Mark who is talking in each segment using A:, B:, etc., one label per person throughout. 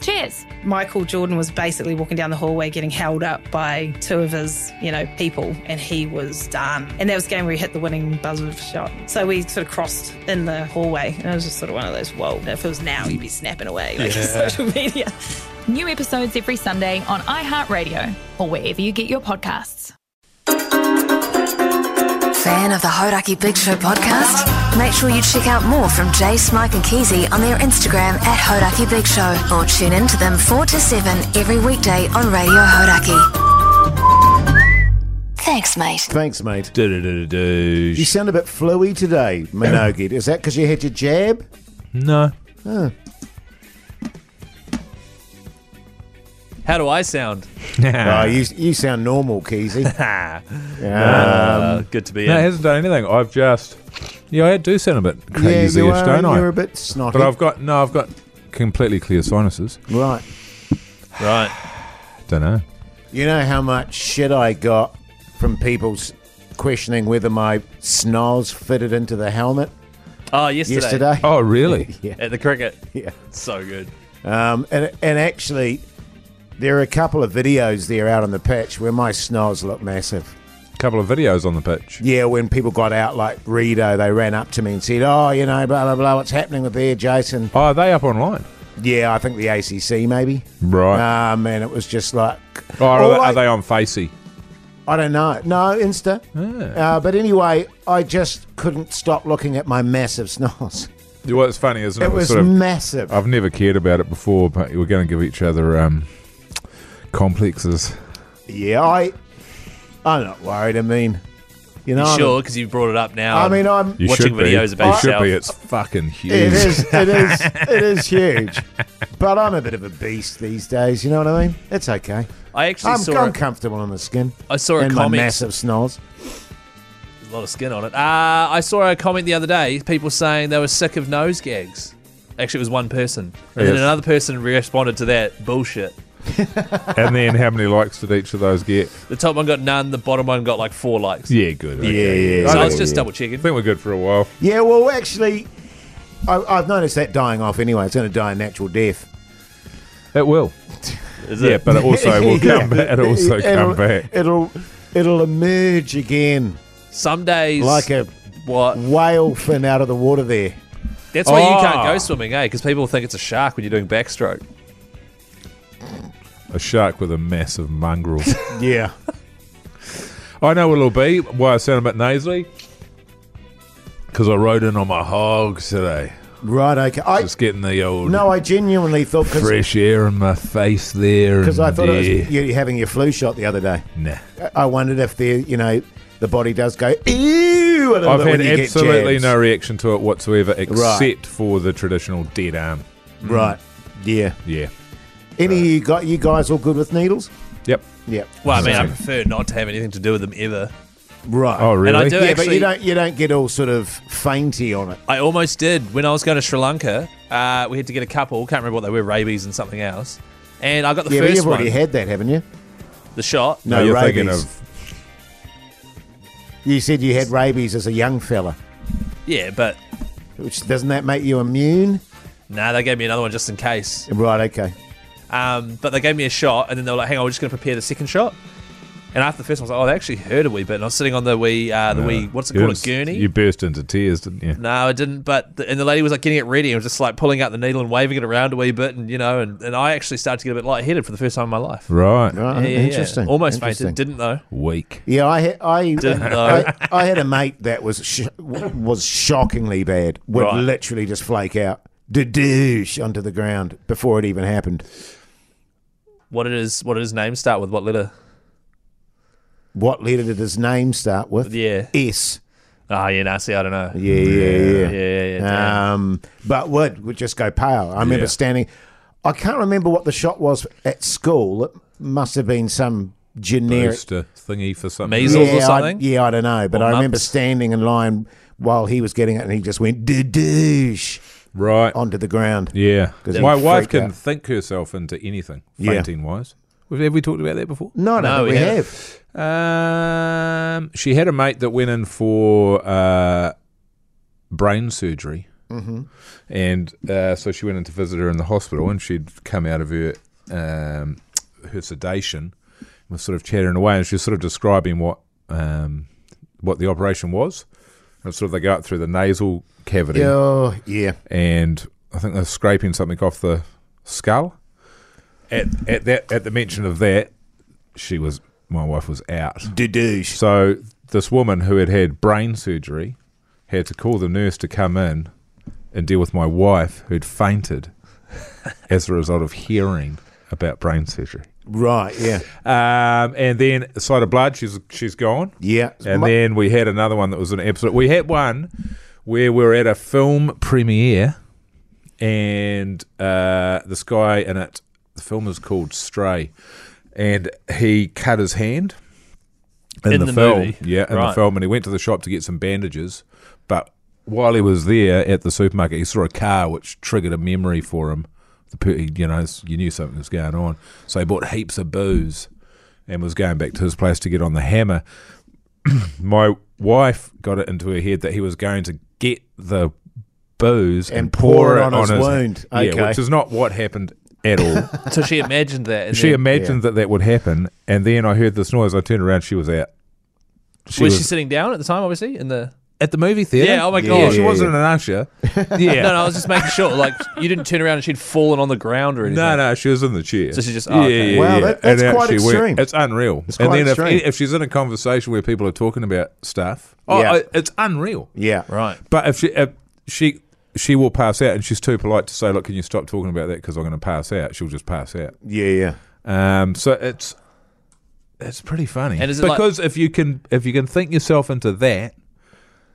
A: Cheers.
B: Michael Jordan was basically walking down the hallway getting held up by two of his, you know, people, and he was done. And that was the game where he hit the winning buzzer shot. So we sort of crossed in the hallway, and it was just sort of one of those, whoa, if it was now, you'd be snapping away like
C: Yeah.
B: social media.
A: New episodes every Sunday on iHeartRadio or wherever you get your podcasts.
D: Fan of the Hodaki Big Show podcast? Make sure you check out more from Jay, Smike, and Keezy on their Instagram at Hodaki Big Show or tune in to them 4 to 7 every weekday on Radio Hodaki. Thanks, mate.
E: Thanks, mate.
C: Du-du-du-du-du.
E: You sound a bit fluey today, Minogi. Is that because you had your jab?
C: No. How do I sound?
E: Oh, you, you sound normal, Keezy.
C: Ah.
E: Um,
C: Uh, good to be
F: No, it
C: in.
F: hasn't done anything. I've just, yeah, I do sound a bit
E: yeah,
F: crazy-ish,
E: you are,
F: don't I?
E: you're a bit snotty.
F: but I've got no, I've got completely clear sinuses.
E: right.
C: Right.
F: Don't know.
E: You know how much shit I got from people s- questioning whether my snarls fitted into the helmet
C: Oh, yesterday.
E: yesterday?
F: Oh, really?
C: At the cricket.
E: Yeah.
C: So good.
E: Um, and, and actually, there are a couple of videos there out on the pitch where my snarls look massive.
F: couple of videos on the pitch.
E: Yeah, when people got out, like Rito, they ran up to me and said, Oh, you know, blah, blah, blah, what's happening with there, Jason?
F: Oh, are they up online?
E: Yeah, I think the ACC maybe.
F: Right.
E: Um, and it was just like,
F: oh, are,
E: all
F: they,
E: I-
F: are they on Facey?
E: I don't know. No, Insta. Uh, but anyway, I just couldn't stop looking at my massive snarls.
F: Well, it's funny, isn't it?
E: It
F: We're
E: was
F: sort of- uh,
E: massive.
F: I've never cared about it before, but we're going to give each other um, complexes.
E: yeah, I, I'm not worried. I mean, you know,
C: You
E: I'm-
C: sure? Because you brought it up now.
E: I mean, I'm.
F: You
C: Watching
F: should be.
C: videos about
F: you should
C: yourself.
F: be. It's fucking huge.
E: It is. It is. It is huge. But I'm a bit of a beast these days. You know what I mean? It's okay.
C: I actually
E: I'm,
C: saw
E: I'm
C: a,
E: comfortable in my skin.
C: I saw a
E: and my
C: comment.
E: massive snarls.
C: a lot of skin on it. Uh, I saw a comment the other day. People saying they were sick of nose gags. Actually, it was one person, and then
F: Yes.
C: another person responded to that bullshit.
F: And then how many likes did each of those get?
C: The top one got none. The bottom one got like four likes.
F: Yeah, good.
E: Yeah, yeah,
C: So I
E: yeah.
C: was just
E: yeah.
C: double
F: I
C: checking.
F: think we're good for a while.
E: Yeah, well, actually, I, I've noticed that dying off anyway. It's going to die a natural death.
F: It will.
C: Is
F: Yeah,
C: it?
F: but it also will
E: Yeah.
F: come back. It'll also
E: It'll-
F: come back.
E: It'll it'll emerge again
C: Some days,
E: like a
C: what?
E: whale fin out of the water. There,
C: That's why you can't
F: Oh.
C: go swimming, eh? Because people think it's a shark when you're doing backstroke.
F: A shark with a massive mongrel.
E: yeah.
F: I know what it'll be. Why I sound a bit nasally? Because I rode in on my hogs today.
E: Right. Okay. I
F: Just getting the old
E: no, I genuinely thought because
F: fresh air in my face there.
E: I thought it
F: yeah.
E: was you having your flu shot the other day.
F: Nah.
E: I wondered if the you know the body does go ew. a little
F: I've
E: bit when
F: had
E: you get
F: absolutely
E: jabs.
F: no reaction to it whatsoever, except
E: Right.
F: for the traditional dead arm.
E: Right. Yeah.
F: Yeah.
E: Any of you got you guys all good with needles?
F: Uh, Yep.
E: Yep.
C: Well, I mean, I
F: Same.
C: prefer not to have anything to do with them ever.
E: Right.
F: Oh, really?
C: And I do
E: Yeah, but
C: actually.
E: you don't you don't get all sort of fainty on it.
C: I almost did when I was going to Sri Lanka. Uh, we had to get a couple. Can't remember what they were, rabies and something else. And I got the
E: Yeah, but
C: first
E: you've
C: one,
E: already had that, haven't you?
C: the shot.
E: No,
F: you're
E: rabies.
F: thinking of.
E: You said you had rabies as a young fella,
C: Yeah, but
E: which doesn't that make you immune?
C: no, they gave me another one just in case.
E: Right. Okay.
C: Um, but they gave me a shot, and then they were like, "Hang on, we're just going to prepare the second shot." And after the first one, I was like, "Oh, they actually hurt a wee bit." And I was sitting on the wee, uh, the wee, what's it
F: you
C: called, a
F: didn't-
C: gurney?
F: You burst into tears, didn't you?
C: No, I didn't. But the, and the lady was like getting it ready and was just like pulling out the needle and waving it around a wee bit, and you know, and, and I actually started to get a bit lightheaded for the first time in my life.
F: Right.
E: Right.
C: Yeah, yeah, yeah.
E: interesting.
C: Almost
E: interesting.
C: fainted, didn't though.
F: Weak.
E: Yeah, I had, I,
C: Didn't know.
E: I, I had a mate that was sh- w- was shockingly bad. Would
C: Right.
E: literally just flake out, doosh onto the ground before it even happened.
C: What did his What did his name start with? What letter?
E: What letter did his name start with?
C: Yeah.
E: S.
C: Ah, yeah. Nah, see, I don't know.
E: Yeah, yeah, yeah.
C: yeah, yeah, damn.
E: um, but would would just go pale. I remember
F: Yeah.
E: standing. I can't remember what the shot was at school. It must have been some generic
F: Booster thingy for something.
C: Measles. or
E: I-
C: something?
E: yeah, I don't know, but
C: Or
E: I remember
C: mumps?
E: standing in line while he was getting it, and he just went doosh
F: Right.
E: onto the ground.
F: Yeah.
E: 'Cause
F: My
E: he
F: wife
E: freaked
F: can
E: out.
F: think herself into anything,
E: Yeah.
F: fainting wise. Have we talked about that before?
E: No, no,
G: No,
E: we
G: yeah.
E: have.
F: Um, she had a mate that went in for uh, brain surgery, mm-hmm. and uh, so she went in to visit her in the hospital, and she'd come out of her um, her sedation and was sort of chattering away, and she was sort of describing what um, what the operation was, and sort of they go up through the nasal cavity,
E: Yeah, oh, yeah.
F: and I think they're scraping something off the skull. At at that at the mention of that, she was my wife was out.
E: Dudouche.
F: So this woman who had had brain surgery had to call the nurse to come in and deal with my wife who'd fainted as a result of hearing about brain surgery.
E: Right, yeah.
F: Um, and then a side of blood, she's she's gone.
E: Yeah.
F: And
E: Mu-
F: then we had another one that was an absolute. We had one where we were at a film premiere, and uh, this guy in it, the film is called Stray, and he cut his hand
G: In the
F: film.
G: movie?
F: Yeah, in the
G: Right.
F: film, and he went to the shop to get some bandages, but while he was there at the supermarket, he saw a car which triggered a memory for him. The per- he- you know you knew something was going on, so he bought heaps of booze and was going back to his place to get on the hammer. My wife got it into her head that he was going to get the booze and, pour, it on,
E: his wound.
F: Yeah,
E: Okay.
F: which is not what happened at all.
G: So she imagined that. And
F: she
G: then-
F: imagined that that would happen, and then I heard this noise. I turned around. She was out. She
G: was,
F: was
G: she sitting down at the time? Obviously, in the
F: at the movie theater.
G: Yeah, oh my
F: Yeah,
G: God.
F: she
E: Yeah,
F: wasn't an usher. Yeah.
G: no, no. I was just making sure. Like you didn't turn around and she'd fallen on the ground or anything.
F: No, no, she was in the chair.
G: So she just- oh, okay.
E: Wow, that- that's
F: out
E: quite
F: she went.
E: extreme.
F: It's unreal.
E: It's
F: and
E: quite
F: then if,
E: extreme.
F: if she's in a conversation where people are talking about stuff, oh,
E: Yeah.
F: I- it's unreal.
E: yeah.
G: Right.
F: But if she if she she will pass out, and she's too polite to say, "Look, can you stop talking about that? Because I'm going to pass out." She'll just pass out.
E: Yeah, yeah.
F: Um, so it's it's pretty funny.
G: And is it like-
F: because if you can if you can think yourself into that,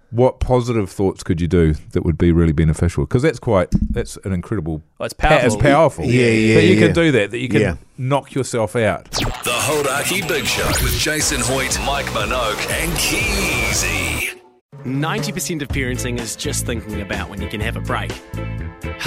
F: what positive thoughts could you do that would be really beneficial? Because that's quite that's an incredible.
G: Oh, it's
F: pa- It's
G: powerful.
F: powerful.
E: Yeah, yeah,
F: That you
E: yeah.
F: can do that. That you can
E: Yeah.
F: knock yourself out.
H: The Hodaki Big Show with Jason Hoyt, Mike Minogue, and Keezy.
I: 90% of parenting is just thinking about when you can have a break.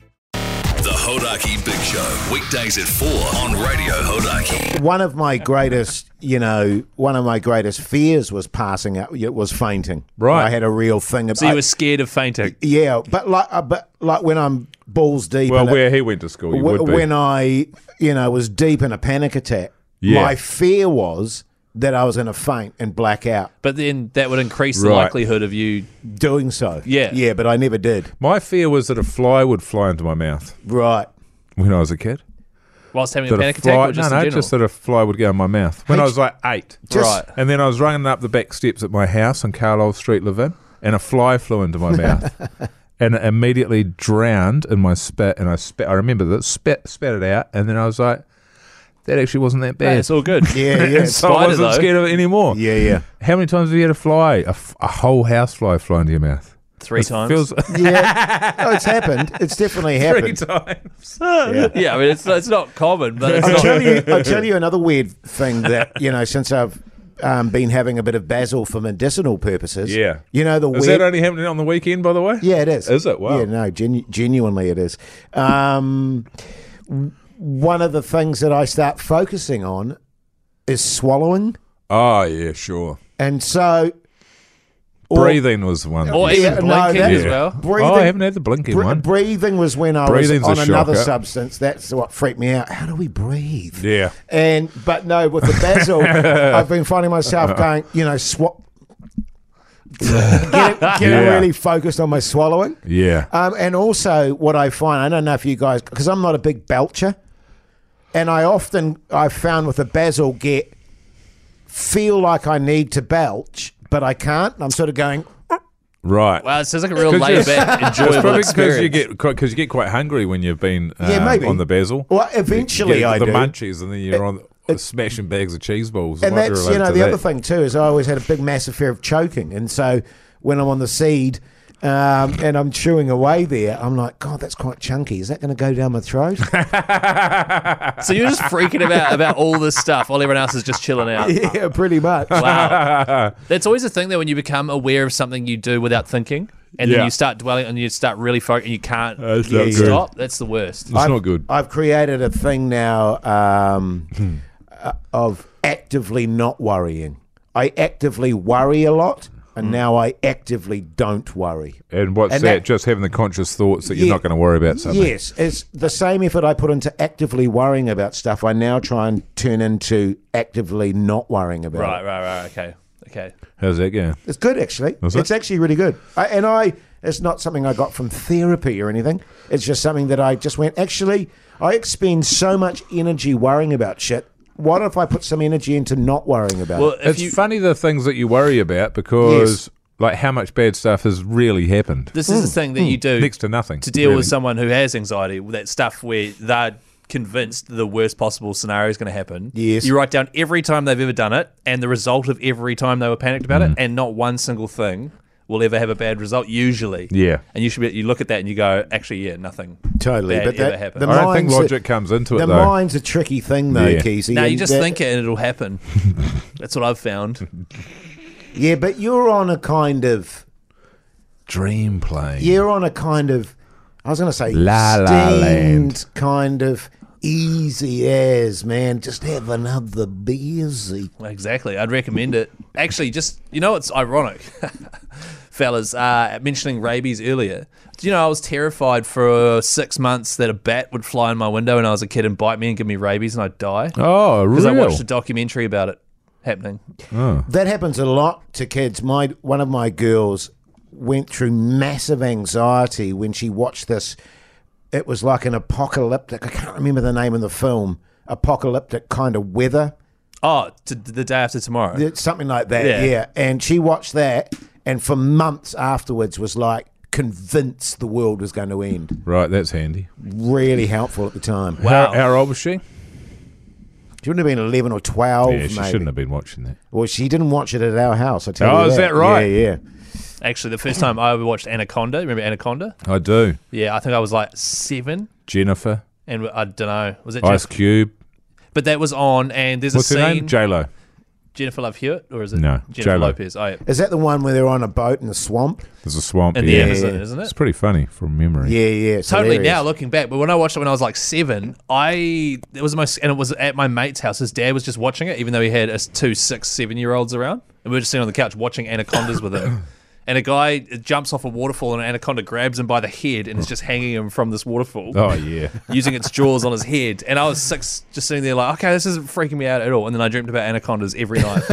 H: The Hodaki Big Show, weekdays at 4 on Radio Hodaki.
E: One of my greatest, you know, one of my greatest fears was passing out. It was fainting.
F: Right.
E: I had a real thing about.
G: So you were scared of fainting.
E: yeah, but like, uh, but like when I'm balls deep.
F: Well,
E: in it-
F: where he went to school, you
E: Wh-
F: would be.
E: when I, you know, was deep in a panic attack,
F: Yeah.
E: my fear was that I was going to faint and black out
G: But then that would increase the
F: Right.
G: likelihood of you.
E: doing so.
G: Yeah.
E: Yeah, but I never did.
F: my fear was that a fly would fly into my mouth
E: Right.
F: when I was a kid.
G: Whilst having a
F: That
G: panic
F: fly,
G: attack, or just
F: no,
G: in
F: no,
G: general?
F: just that a fly would go in my mouth when I was like eight.
E: Just-
F: And then I was running up the back steps at my house on Carlisle Street, Levin, and a fly flew into my mouth. And it immediately drowned in my spit, and I spit. I remember that spit, spat it out, and then I was like, "That actually wasn't that
G: Yeah,
F: bad."
G: it's all good.
E: Yeah, yeah.
F: and so I
G: spider,
F: wasn't
G: though.
F: scared of it anymore.
E: yeah, yeah.
F: How many times have you had a fly, a, f- a whole house fly, fly into your mouth?
G: Three
F: It
G: times.
F: Feels
E: Yeah. Oh, it's happened. It's definitely
F: three
E: happened.
F: times.
G: yeah, I mean, it's, it's not common, but it's
E: I'll
G: not.
E: tell you. I'll tell you another weird thing that you know since I've um, been having a bit of basil for medicinal purposes.
F: Yeah.
E: You know the
F: Is
E: weird.
F: that only happening on the weekend, by the way?
E: yeah, it is.
F: Is it? Wow.
E: Yeah, no, genu- genuinely it is. Um, w- one of the things that I start focusing on is swallowing,
F: Oh yeah, sure.
E: and so Or-
F: Breathing was one.
G: Or
E: Yeah,
G: even
E: no,
G: blinking
E: that-
G: as well.
E: breathing.
F: Oh, I haven't had the blinking
E: Bre-
F: one.
E: breathing was when I
F: Breathing's
E: was
F: a
E: on another
F: shocker.
E: substance. That's what freaked me out. How do we breathe?
F: Yeah.
E: And but no, with the basil, I've been finding myself going, you know, swap. getting getting
F: Yeah.
E: really focused on my swallowing.
F: yeah.
E: Um, and also, what I find, I don't know if you guys, because I'm not a big belcher, and I often, I've found with the basil, get feel like I need to belch, but I can't. And I'm sort of going,
F: right.
G: Wow, it sounds like a real
F: Could you-
G: laid back,
F: it's
G: enjoyable
F: probably because you
G: experience.
F: get because you get quite hungry when you've been um,
E: Yeah, maybe.
F: on the basil.
E: well,
F: You
E: eventually
F: get
E: I
F: the
E: do.
F: munchies, and then you're on. smashing bags of cheese balls.
E: and
F: might be
E: that's you
F: related
E: know
F: to
E: the
F: that.
E: other thing too is I always had a big massive fear of choking, and so when I'm on the seed um, and I'm chewing away there, I'm like, God, that's quite chunky. Is that going to go down my throat?
C: So you're just freaking about about all this stuff while everyone else is just chilling out.
E: yeah, pretty much.
C: Wow. That's always the thing though when you become aware of something you do without thinking and
F: Yeah.
C: then you start dwelling and you start really focusing and you can't
F: That's not
C: you
F: good.
C: stop. That's the worst.
F: It's not good. Hmm.
E: I've created a thing now um, uh, of actively not worrying. I actively worry a lot, and
F: Hmm.
E: now I actively don't worry.
F: And what's
E: and
F: that?
E: that-
F: Just having the conscious thoughts that you're
E: Yeah.
F: not going to worry about something.
E: Yes, it's the same effort I put into actively worrying about stuff. I now try and turn into actively not worrying about.
C: Right,
E: it.
C: right, right. Okay. Okay.
F: How's that going?
E: It's good actually.
F: Is it?
E: it's actually really good. I, and I, it's not something I got from therapy or anything. It's just something that I just went. Actually, I expend so much energy worrying about shit. What if I put some energy into not worrying about
C: Well,
E: it?
C: if
F: It's
C: you
F: funny the things that you worry about because like how much bad stuff has really happened.
C: this is the thing that you do
F: Hmm. Next to nothing.
C: to deal
F: really.
C: with someone who has anxiety, that stuff where they're convinced the worst possible scenario is going to happen.
E: Yes.
C: You write down every time they've ever done it and the result of every time they were panicked about
F: Mm-hmm.
C: it, and not one single thing will ever have a bad result, usually.
F: Yeah.
C: And you should be, you look at that and you go, actually, yeah, nothing.
E: Totally,
C: bad
E: but
C: ever
E: that-
C: happened.
E: the
F: I don't think
E: minds that-
F: logic comes into
E: The
F: it though.
E: mind's a tricky thing, though,
F: Yeah.
E: Keezy.
C: no, you
E: and
C: just
E: that-
C: think it and it'll happen. That's what I've found.
E: Yeah, but you're on a kind of
F: Dream plane.
E: you're on a kind of I was going to say
F: La La
E: steamed
F: Land.
E: kind of easy as man. Just have another busy.
C: Exactly. I'd recommend it. Actually, just, you know, it's ironic, fellas, uh, mentioning rabies earlier. Do you know, I was terrified for six months that a bat would fly in my window when I was a kid and bite me and give me rabies and I'd die.
F: Oh,
C: Because
F: real.
C: I watched a documentary about it happening.
E: That happens a lot to kids. My one of my girls went through massive anxiety when she watched this. It was like an apocalyptic. I can't remember the name of the film. Apocalyptic kind of weather.
C: Oh, t- the day after tomorrow.
E: It's something like that.
C: Yeah.
E: Yeah. And she watched that, and for months afterwards was like convinced the world was going to end.
F: Right, that's handy.
E: Really helpful at the time.
C: Wow.
F: How, how old was she?
E: She wouldn't have been eleven or twelve.
F: yeah, she
E: maybe.
F: shouldn't have been watching that.
E: Well, she didn't watch it at our house. I tell
F: Oh,
E: you.
F: is that right?
E: Yeah, yeah.
C: Actually, the first time I ever watched Anaconda, remember Anaconda?
F: I do.
C: Yeah, I think I was like seven.
F: Jennifer,
C: And I don't know. Was it
F: Ice
C: Jennifer?
F: Cube.
C: But that was on, and there's
F: What's
C: a
F: her
C: scene.
F: name? J Lo.
C: Jennifer Love Hewitt, or is it
F: No,
C: Jennifer
F: J-Lo.
C: Lopez? Oh, yeah.
E: Is that the one where they're on a boat in the swamp?
F: There's a swamp.
C: In the
F: yeah.
C: Amazon, isn't it?
F: It's pretty funny from memory.
E: Yeah, yeah. it's
C: totally
E: hilarious.
C: now looking back but when i watched it when i was like seven i it was my and it was at my mate's house his dad was just watching it even though he had us two six seven year olds around and we were just sitting on the couch watching anacondas with him and a guy uh, jumps off a waterfall and an anaconda grabs him by the head and is just hanging him from this waterfall
F: Oh yeah.
C: using its jaws on his head and i was six just sitting there like okay this isn't freaking me out at all and then i dreamt about anacondas every night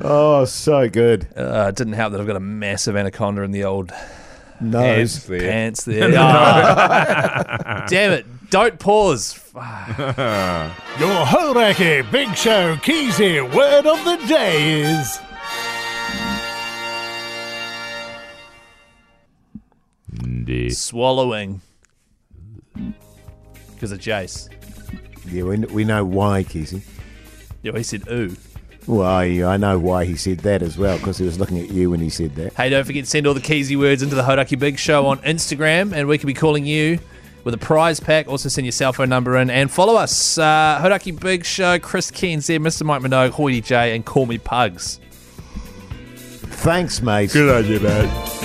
E: Oh, so good.
C: uh, it didn't help that i've got a massive anaconda in the old
E: No,
F: It's
E: it's-
F: there.
C: pants there Ah. damn it don't pause
J: Your Horaki Big Show Keezy word of the day is.
C: swallowing because of Jace.
E: yeah. We, we know why, Keezy.
C: Yeah, he said ooh.
E: Well, I, I know why he said that as well because he was looking at you when he said that.
C: Hey, don't forget to send all the Keezy words into the Hodaki Big Show on Instagram, and we could be calling you with a prize pack. Also, send your cell phone number in and follow us. Uh, Hodaki Big Show, Chris Keane there, Mr. Mike Minogue, Hoity J, and Call Me Pugs.
E: Thanks, mate.
F: Good idea, mate.